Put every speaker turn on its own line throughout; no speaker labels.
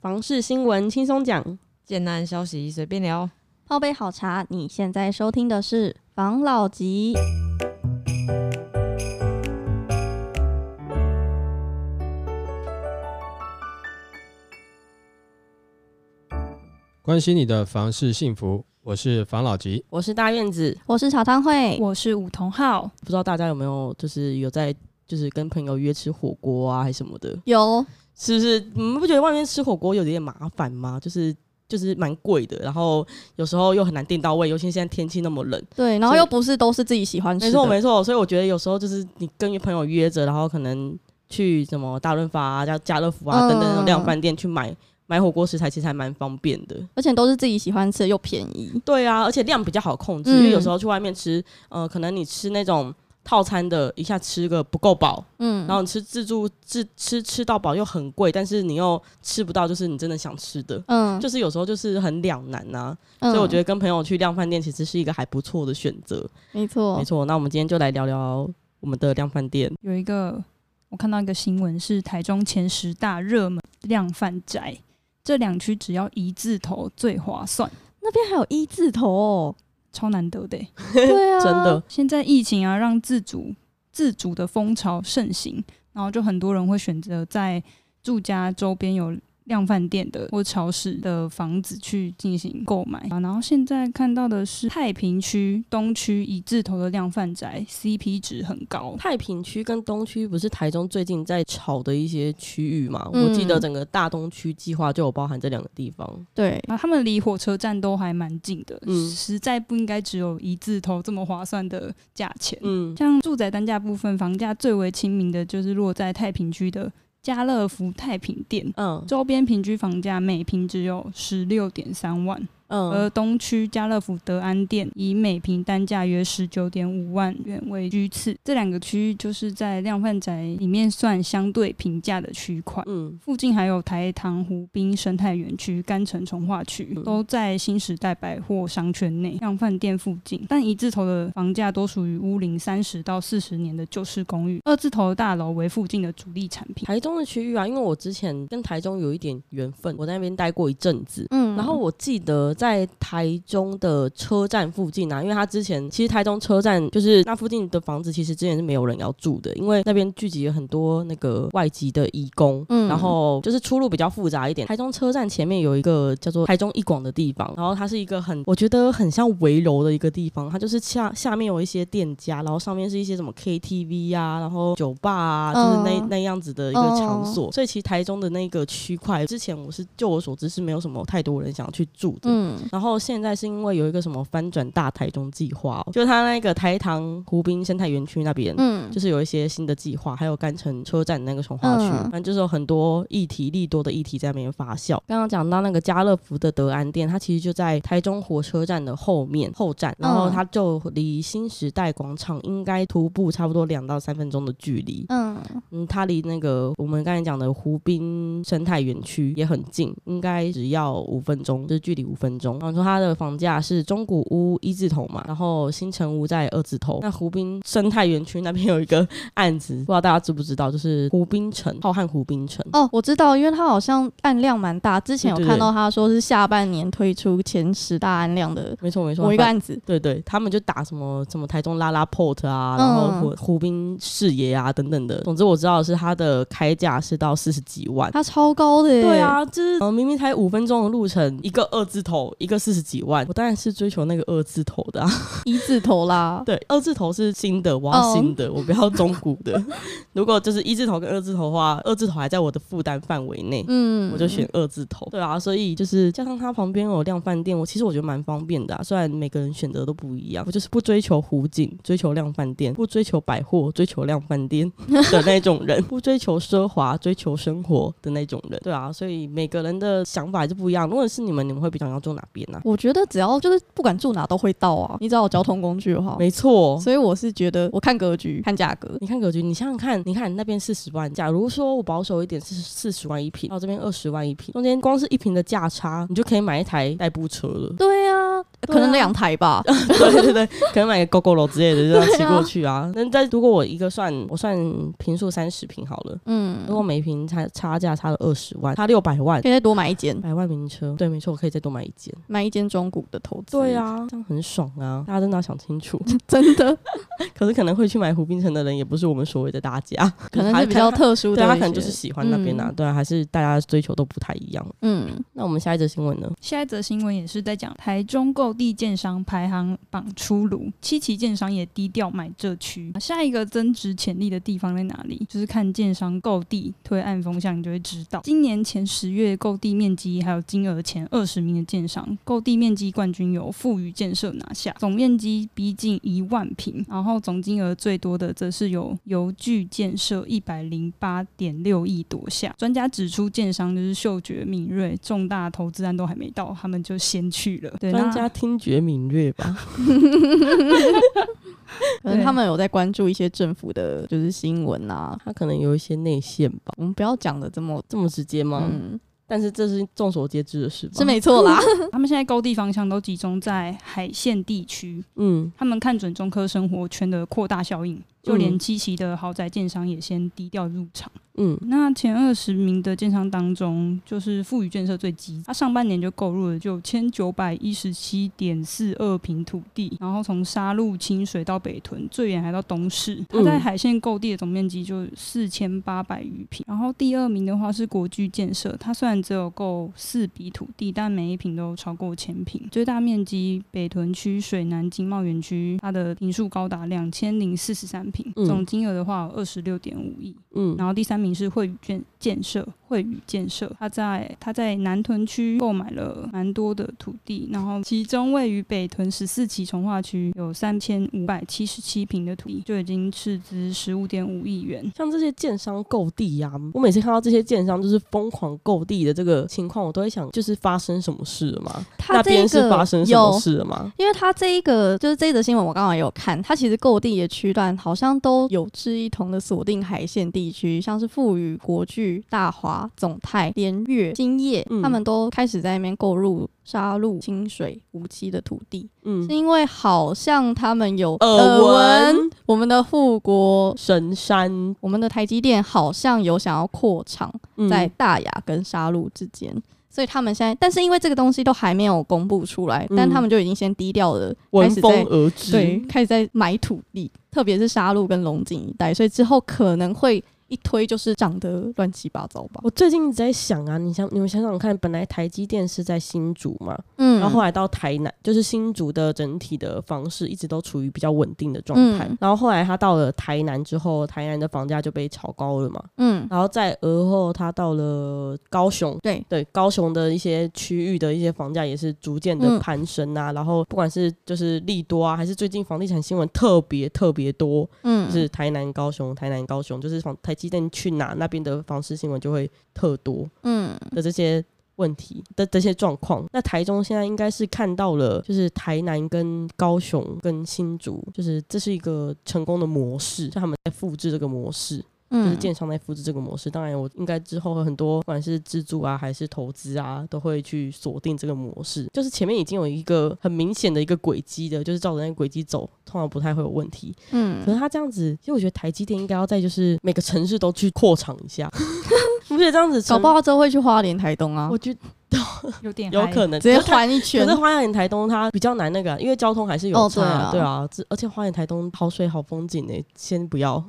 房事新闻轻松讲，
简单消息随便聊。
泡杯好茶，你现在收听的是《防老集》。
关心你的房事幸福，我是房老吉。
我是大院子。
我是茶汤会，
我是武同浩，
不知道大家有没有就是有在就是跟朋友约吃火锅啊，还是什么的？
有
是不是你们不觉得外面吃火锅有点麻烦吗？就是就是蛮贵的，然后有时候又很难订到位，尤其现在天气那么冷。
对，然后
所以
又不是都是自己喜欢吃
没
的，
错没错，所以我觉得有时候就是你跟朋友约着，然后可能去什么大润发啊、家家乐福啊、
嗯
等等那种量贩店去买买火锅食材，其实还蛮方便的。
而且都是自己喜欢吃的又便宜。
对啊，而且量比较好控制，
嗯
因为有时候去外面吃，呃，可能你吃那种套餐的，一下吃个不够饱，
嗯，
然后你吃自助自吃吃到饱又很贵，但是你又吃不到就是你真的想吃的，
嗯，
就是有时候就是很两难呐、
嗯
所以我觉得跟朋友去量饭店其实是一个还不错的选择。
没错
没，错，那我们今天就来聊聊我们的量饭店。
有一个我看到一个新闻是台中前十大热门量贩宅，这两区只要一字头最划算，
那边还有一字头哦，
超难得的欸、
对啊，
真的，
现在疫情啊，让自主自主的风潮盛行，然后就很多人会选择在住家周边有量贩店的或超市的房子去进行购买啊。然后现在看到的是太平区东区一字头的量贩宅，CP 值很高。
太平区跟东区不是台中最近在炒的一些区域嘛？
嗯
我记得整个大东区计划就有包含这两个地方。
对，
啊，他们离火车站都还蛮近的，
嗯
实在不应该只有一字头这么划算的价钱。
嗯，
像住宅单价部分，房价最为亲民的就是落在太平区的家乐福太平店，
嗯
周边平均房价每平只有十六点三万，而
嗯，
东区家乐福德安店以每平单价约十九点五万元为居次。这两个区域就是在量贩宅里面算相对平价的区块。
嗯，
附近还有台糖湖滨生态园区、甘城从化区，
嗯
都在新时代百货商圈内、量饭店附近。但一字头的房价多属于屋龄三十到四十年的旧式公寓，二字头的大楼为附近的主力产品。
台中的区域啊，因为我之前跟台中有一点缘分，我在那边待过一阵子。
嗯，
然后我记得在台中的车站附近啊，因为他之前其实台中车站就是那附近的房子，其实之前是没有人要住的，因为那边聚集了很多那个外籍的移工，
嗯
然后就是出入比较复杂一点。台中车站前面有一个叫做台中一广的地方，然后它是一个很我觉得很像围楼的一个地方，它就是下下面有一些店家，然后上面是一些什么 KTV 啊，然后酒吧啊，就是那、
嗯
那样子的一个场所。所以其实台中的那个区块，之前我是就我所知是没有什么太多人想去住的。
嗯
然后现在是因为有一个什么翻转大台中计划、哦，就是它那个台糖湖滨生态园区那边，
嗯，
就是有一些新的计划，还有甘城车站那个从化区，
嗯
反正就是有很多议题利多的议题在那边发酵。刚刚讲到那个家乐福的德安店，它其实就在台中火车站的后面后站，然
嗯
后它就离新时代广场应该徒步差不多两到三分钟的距离。
嗯
嗯，它离那个我们刚才讲的湖滨生态园区也很近，应该只要五分钟，就是距离五分钟。然后你说它的房价是中古屋一字头嘛，然后新城屋在二字头。那湖滨生态园区那边有一个案子，不知道大家知不知道，就是湖滨城，浩瀚湖滨城。
哦，我知道，因为它好像案量蛮大，之前有
对对对
看到他说是下半年推出前十大案量的
没错没错，
某一个案子，
对对，他们就打什么什么台中拉拉 port 啊，然后
嗯
湖湖滨视野啊等等的。总之我知道的是它的开价是到四十几万，
它超高的耶，
对，啊，就是、呃、明明才五分钟的路程，一个二字头，一个四十几万，我当然是追求那个二字头的、啊。
一字头啦，
对，二字头是新的，我要新的，我不要中古的。如果就是一字头跟二字头的话，二字头还在我的负担范围内。
嗯，
我就选二字头，对啊，所以就是加上它旁边有量饭店，我其实我觉得蛮方便的、啊。虽然每个人选择都不一样，我就是不追求湖景，追求量饭店；不追求百货，追求量饭 店的那种 人；不追求奢华，追求生活的那种人。对啊，所以每个人的想法还是不一样。如果是你们，你们会比较想要住哪边啊呢、
我觉得只要就是不管住哪都会到啊，你只要有交通工具的话。
没错。
所以我是觉得，我看格局，看价格，
你看格局，你想想看，你看那边四十万，假如说我保守一点是四十万一平，到这边二十万一平，中间光是一平的价差，你就可以买一台代步车了。
对啊，哎、可能两台吧。
对啊对对，可能买个狗狗楼之类的，就这样骑过去啊。那但如果我一个算，我算平数三十平好了，
嗯，
如果每平差差价差了二十万，差六百万
可，以再多买一间，
百万名车，对，没错，我可以再多买一间。
买一间中古的投资。
对，啊，这样很爽啊！大家真的要想清楚。
真的，
可是可能会去买湖滨城的人，也不是我们所谓的大家，
可能是比较特殊
对啊他
的一些。
可能就是喜欢那边啊，
嗯
对啊，还是大家追求都不太一样。啊
嗯，
那我们下一则新闻呢？
下一则新闻也是在讲台中购地建商排行榜出炉，七期建商也低调买这区。下一个增值潜力的地方在哪里？就是看建商购地推案风向，你就会知道。今年前十月购地面积还有金额前二十名的建商，购地面积冠军由富裕建设拿下，总面积逼近一万平，然后总金额最多的则是由邮具建设一百零八点六亿夺下。专家指出，建商就是嗅觉敏锐，重大投资案都还没到，他们就先去了。对，
专
那
家听觉敏锐 吧？
可能他们有在关注一些政府的，就是新闻啊。
他可能有一些内线吧？
我们不要讲的这么，
这么直接吗？
嗯，
但是这是众所皆知的事吧？
是没错啦。
他们现在购地方向都集中在海线地区，
嗯，
他们看准中科生活圈的扩大效应，就连
嗯
七期的豪宅建商也先低调入场。
嗯
那前二十名的建商当中，就是富裕建设最激，它上半年就购入了九千九百一十七点四二平土地，然后从沙鹿、清水到北屯，最远还到东市。
嗯
它在海线购地的总面积就四千八百余平。然后第二名的话是国巨建设，它虽然只有购四笔土地，但每一平都超过千平，最大面积北屯区水南经贸园区，它的平数高达两千零四十三平，
嗯
总金额的话有二十六点五亿。
嗯
然后第三名是惠宇建建设，惠宇建设，它在它在南屯区购买了蛮多的土地，然后其中位于北屯十四期从化区有三千五百七十七平的土地，就已经斥资十五点五亿元。
像这些建商购地呀、我每次看到这些建商就是疯狂购地的这个情况，我都会想，就是发生什么事了吗？
他
那
这
边
一
是
个
发生什么
有，
事了吗？
因为他这一个就是这一则新闻，我刚好也有看，他其实购地的区段好像都有志一同的锁定海线地区，像是富裕、国巨、大华、总泰、联越、兴业，
嗯
他们都开始在那边购入沙鹿、清水、无期的土地，
嗯
是，因为好像他们有
耳闻
我们的富国。
神山
我们的台积电好像有想要扩厂
嗯
在大雅跟沙鹿之间，所以他们现在，但是因为这个东西都还没有公布出来，
嗯
但他们就已经先低调了，开
闻
始
风
在
而至，
对，开始在买土地，特别是沙鹿跟龙井一带，所以之后可能会一推就是长得乱七八糟吧。
我最近一直在想啊，你想你们想想看，本来台积电是在新竹嘛，
嗯
然后后来到台南，就是新竹的整体的房市一直都处于比较稳定的状态。
嗯
然后后来他到了台南之后，台南的房价就被炒高了嘛。
嗯，
然后再而后，他到了高雄，
对，
对高雄的一些区域的一些房价也是逐渐的
嗯
攀升啊。然后不管是就是利多啊，还是最近房地产新闻特别特别多，
嗯
就是台南、高雄、台南、高雄，就是房台积电去哪那边的房市新闻就会特多。
嗯
的这些问题的这些状况。那台中现在应该是看到了，就是台南跟高雄跟新竹，就是这是一个成功的模式，就他们在复制这个模式，就是
嗯
建商在复制这个模式。当然，我应该之后很多不管是自助啊还是投资啊，都会去锁定这个模式。就是前面已经有一个很明显的一个轨迹的，就是照着那个轨迹走，通常不太会有问题。可
嗯，
是他这样子，其实我觉得台积电应该要在就是每个城市都去扩厂一下， 你不觉得这样子
搞
成？
不好之后会去花莲、台东啊
我，觉得
有点
有
嗨
可能
直接
可是台
环一
可
圈
是。花莲台东它比较难那个啊、因为交通还是有
哦
差、对
对啊
啊，这而且花莲台东好水好风景诶、先不要。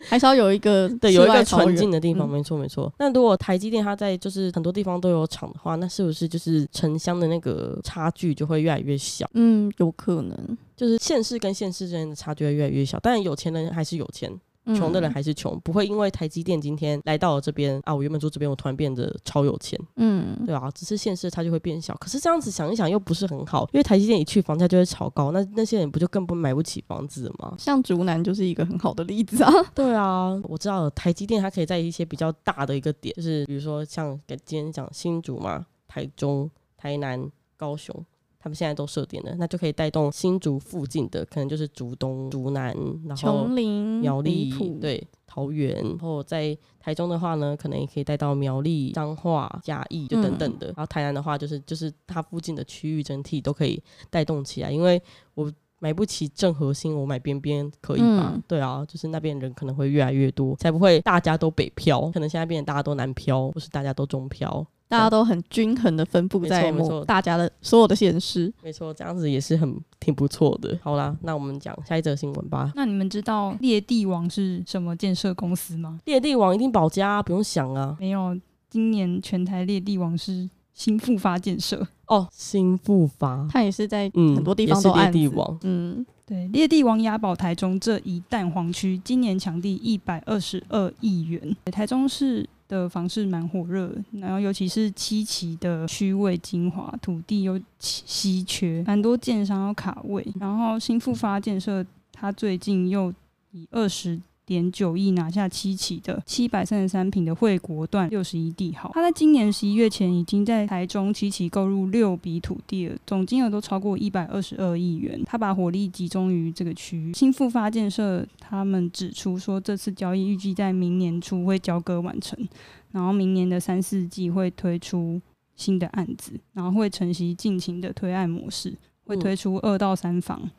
还是要有一个
对，
世
有一
外
个
桃
纯
源
净的地方，
嗯
没错没错。那如果台积电它在就是很多地方都有厂的话，那是不是就是城乡的那个差距就会越来越小？
嗯，有可能。
就是县市跟县市之间的差距会越来越小。当然，有钱人还是有钱，
嗯
穷的人还是穷，不会因为台积电今天来到了这边啊，我原本住这边，我突然变得超有钱。
嗯，
对啊，只是现实它就会变小。可是这样子想一想又不是很好，因为台积电一去房价就会炒高，那那些人不就更不买不起房子了吗？
像竹南就是一个很好的例子啊。
对啊，我知道台积电它可以在一些比较大的一个点，就是比如说像今天讲新竹嘛、台中、台南、高雄。他们现在都设点了，那就可以带动新竹附近的，可能就是竹东、竹南，然后
琼林、
苗栗
离谱，，
对桃园，然后在台中的话呢，可能也可以带到苗栗、彰化、嘉义，就等等的。然后台南的话，就是就是它附近的区域整体都可以带动起来，因为我买不起正核心，我买边边可以吧？
嗯
对啊，就是那边人可能会越来越多，才不会大家都北漂，可能现在变成大家都南漂，或是大家都中漂。
大家都很均衡的分布
没错
在
没
某
错嗯
大家的所有的县市。
没错，这样子也是很挺不错的。好啦，那我们讲下一则新闻吧。
那你们知道猎地王是什么建设公司吗？
猎地王一定保家啊、不用想啊。
没有，今年全台猎地王是新复发建设。
哦，新复发，
它也是在
嗯，
很多地方都
也是猎
暗
地
地
王，
嗯，
对，猎地王押宝台中这一蛋黄区，今年抢地一百二十二亿元。台中市的房市蛮火热，然后尤其是七期的区位精华，土地又稀稀缺，蛮多建商要卡位。然后新复发建设，它最近又以二十。点九亿拿下七期的七百三十三平的惠国段六十一地号，它在今年十一月前已经在台中七期购入六笔土地了，总金额都超过一百二十二亿元。它把火力集中于这个区域。新复发建设他们指出说，这次交易预计在明年初会交割完成，然后明年的三四季会推出新的案子，然后会承袭近期的推案模式，会
嗯
推出二到三房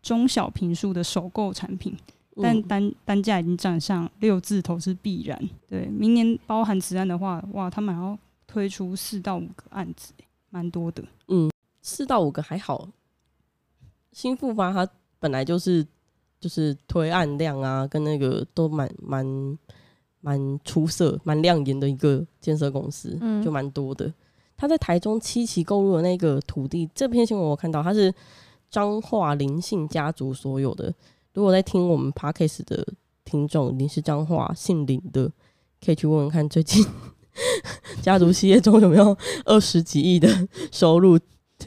中小平数的首购产品。
嗯
但单单价已经涨上六字头是必然。对，明年包含此案的话，哇，他们还要推出四到五个案子，蛮多的。
嗯，四到五个还好。新复发它本来就是就是推案量啊，跟那个都蛮蛮蛮出色、蛮亮眼的一个建设公司，
嗯
就蛮多的。他在台中七期购入的那个土地，这篇新闻我看到，它是彰化林姓家族所有的。如果在听我们 podcast 的听众，您是彰化姓林的，可以去问问看最近 家族企业中有没有二十几亿的收入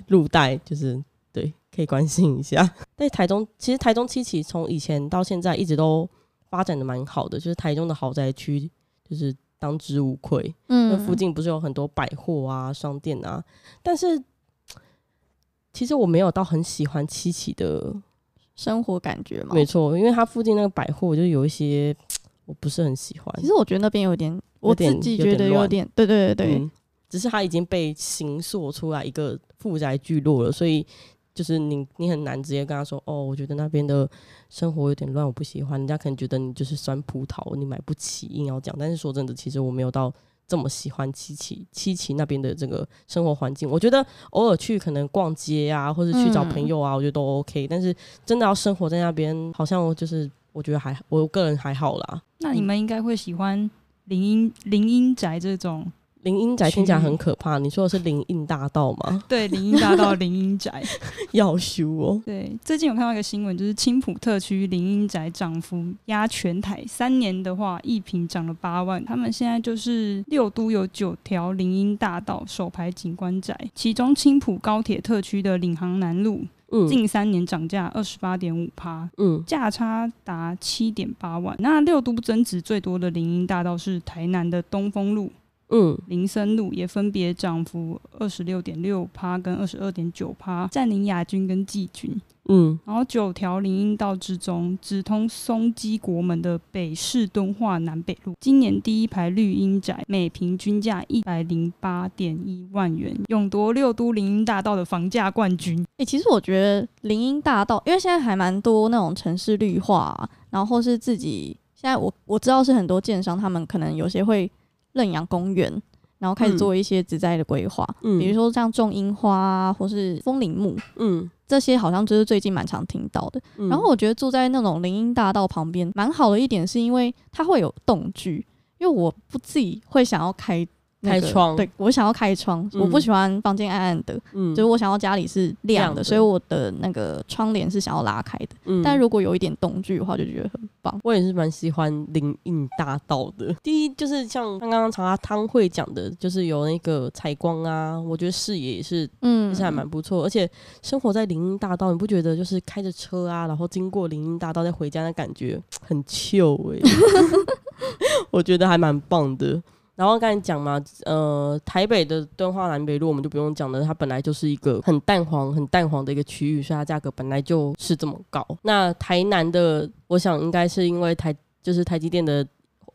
入袋，就是对，可以关心一 下。在台中，其实台中七期从以前到现在一直都发展的蛮好的，就是台中的豪宅区就是当之无愧。那
嗯，
附近不是有很多百货啊、商店啊，但是其实我没有到很喜欢七期的
生活感觉嘛。
没错，因为它附近那个百货就有一些我不是很喜欢。
其实我觉得那边有点，我自
点
己
有
觉
点
得有
乱
点，对对对对，
嗯，只是它已经被形塑出来一个富宅聚落了，所以就是你你很难直接跟他说哦，我觉得那边的生活有点乱，我不喜欢。人家可能觉得你就是酸葡萄，你买不起，硬要讲。但是说真的，其实我没有到。这么喜欢七期七期那边的这个生活环境，我觉得偶尔去可能逛街啊，或者去找朋友啊，我觉得都 OK。但是真的要生活在那边，好像就是我觉得还我个人还好啦。
那你们应该会喜欢林荫林荫宅这种，
林荫宅听起来
区
很
域
可怕，你说的是林荫大道吗？
对，林荫 大道林荫宅。
要修哦。
对，最近有看到一个新闻，就是青浦特区林荫宅涨幅压全台，三年的话一平涨了八万。他们现在就是六都有九条林荫大道首排景观宅，其中青浦高铁特区的领航南路
嗯
近三年涨价二十八点五趴，
嗯
价差达七点八万。那六都增值最多的林荫大道是台南的东风路、
嗯，
林森路，也分别涨幅二十六点六趴跟二十二点九趴，占领亚军跟季军。
嗯
然后九条林荫道之中，直通松基国门的北市敦化南北路，今年第一排绿荫宅每平均价一百零八点一万元，勇夺六都林荫大道的房价冠军。
哎、其实我觉得林荫大道，因为现在还蛮多那种城市绿化啊、然后是自己现在我我知道是很多建商，他们可能有些会认养公园，然后开始
嗯
做一些植栽的规划，
嗯
比如说像种樱花啊，或是枫林木
嗯，
这些，好像就是最近蛮常听到的。
嗯
然后我觉得住在那种林荫大道旁边，蛮好的一点是因为它会有动距，因为我不自己会想要开、那
开
个
窗
对我想要开窗，我不
嗯
喜欢房间暗暗的，
嗯
就是我想要家里是亮
亮
的，
的
所以我的那个窗帘是想要拉开的。
嗯
但如果有一点动距的话，就觉得很棒。
我也是蛮喜欢林荫大道的。第一就是像刚刚茶汤会讲的，就是有那个采光啊，我觉得视野也是
嗯，
其实还蛮不错。而且生活在林荫大道，你不觉得就是开着车啊，然后经过林荫大道再欸 回家，那感觉很 chill 哎、我觉得还蛮棒的。然后刚才讲嘛，呃，台北的敦化南北路我们就不用讲了，它本来就是一个很蛋黄、很蛋黄的一个区域，所以它价格本来就是这么高。那台南的，我想应该是因为台就是台积电的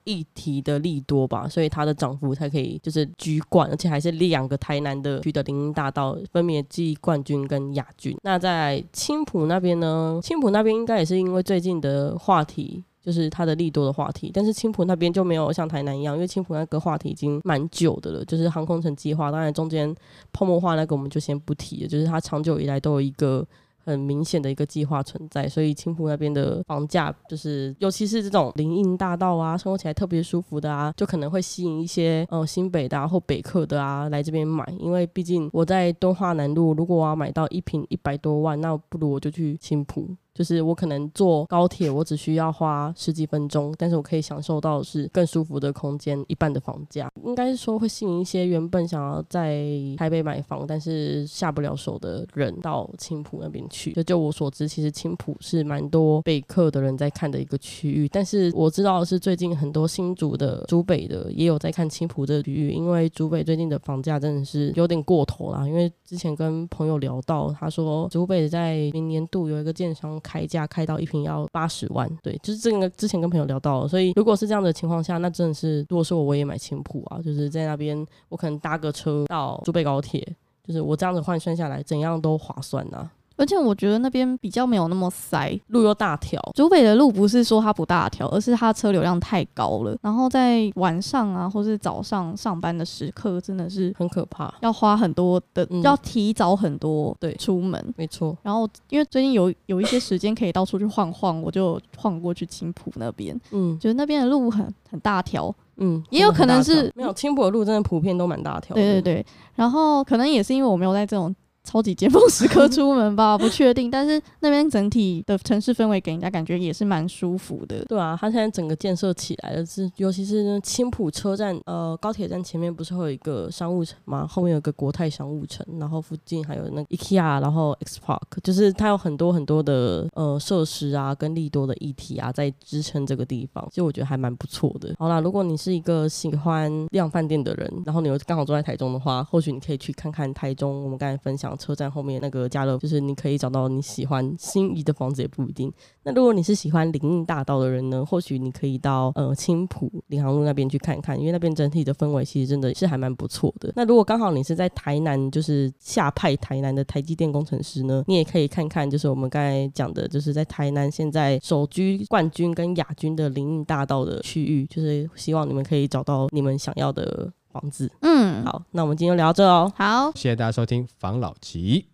议题的利多吧，所以它的涨幅才可以就是居冠，而且还是两个台南的区的林荫大道分别记冠军跟亚军。那在青浦那边呢，青浦那边应该也是因为最近的话题。就是它的利多的话题，但是青浦那边就没有像台南一样，因为青浦那个话题已经蛮久的了，就是航空城计划。当然中间泡沫化那个我们就先不提了，就是它长久以来都有一个很明显的一个计划存在，所以青浦那边的房价就是，尤其是这种林荫大道啊，生活起来特别舒服的啊，就可能会吸引一些呃新北的啊或北客的啊来这边买，因为毕竟我在敦化南路，如果我要买到一平一百多万，那不如我就去青浦。就是我可能坐高铁，我只需要花十几分钟，但是我可以享受到的是更舒服的空间，一半的房价，应该是说会吸引一些原本想要在台北买房但是下不了手的人到青浦那边去。就就我所知，其实青浦是蛮多备课的人在看的一个区域，但是我知道的是最近很多新竹的、竹北的也有在看青浦这个区域，因为竹北最近的房价真的是有点过头啦。因为之前跟朋友聊到，他说竹北在明年度有一个建商开价开到一平要八十万，对，就是这个之前跟朋友聊到了，所以如果是这样的情况下，那真的是如果是我，我也买青浦啊，就是在那边我可能搭个车到竹北高铁，就是我这样子换算下来，怎样都划算呐、
而且我觉得那边比较没有那么塞，
路又大条，
竹北的路不是说它不大条，而是它车流量太高了。然后在晚上啊，或是早上上班的时刻，真的是
很可怕，
要花很多的，
嗯
要提早很多
对
出门。
没错。
然后因为最近有有一些时间可以到处去晃晃，我就晃过去青浦那边，
嗯
觉得那边的路很很大条。
嗯，
也有可能是
真的很大条没有青浦的路，真的普遍都蛮大条的。
对对对，然后可能也是因为我没有在这种。超级尖峰时刻出 门吧，不确定。但是那边整体的城市氛围给人家感觉也是蛮舒服的。
对啊，它现在整个建设起来了，是尤其是那青浦车站，呃，高铁站前面不是会有一个商务城吗？后面有个国泰商务城，然后附近还有那个 IKEA，然后 X Park，就是它有很多很多的呃设施啊，跟利多的议题啊，在支撑这个地方，其实我觉得还蛮不错的。好啦，如果你是一个喜欢量饭店的人，然后你又刚好住在台中的话，或许你可以去看看台中，我们刚才分享车站后面那个家乐福，就是你可以找到你喜欢心仪的房子，也不一定。那如果你是喜欢林荫大道的人呢，或许你可以到呃青浦林航路那边去看看，因为那边整体的氛围其实真的是还蛮不错的。那如果刚好你是在台南，就是下派台南的台积电工程师呢，你也可以看看，就是我们刚才讲的，就是在台南现在首居冠军跟亚军的林荫大道的区域，就是希望你们可以找到你们想要的房子。
嗯，
好，那我们今天就聊到这哦。
好，
谢谢大家收听房老吉。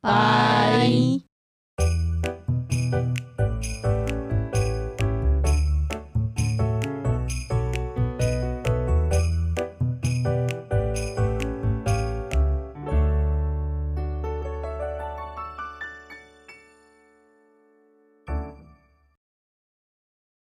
拜。
拜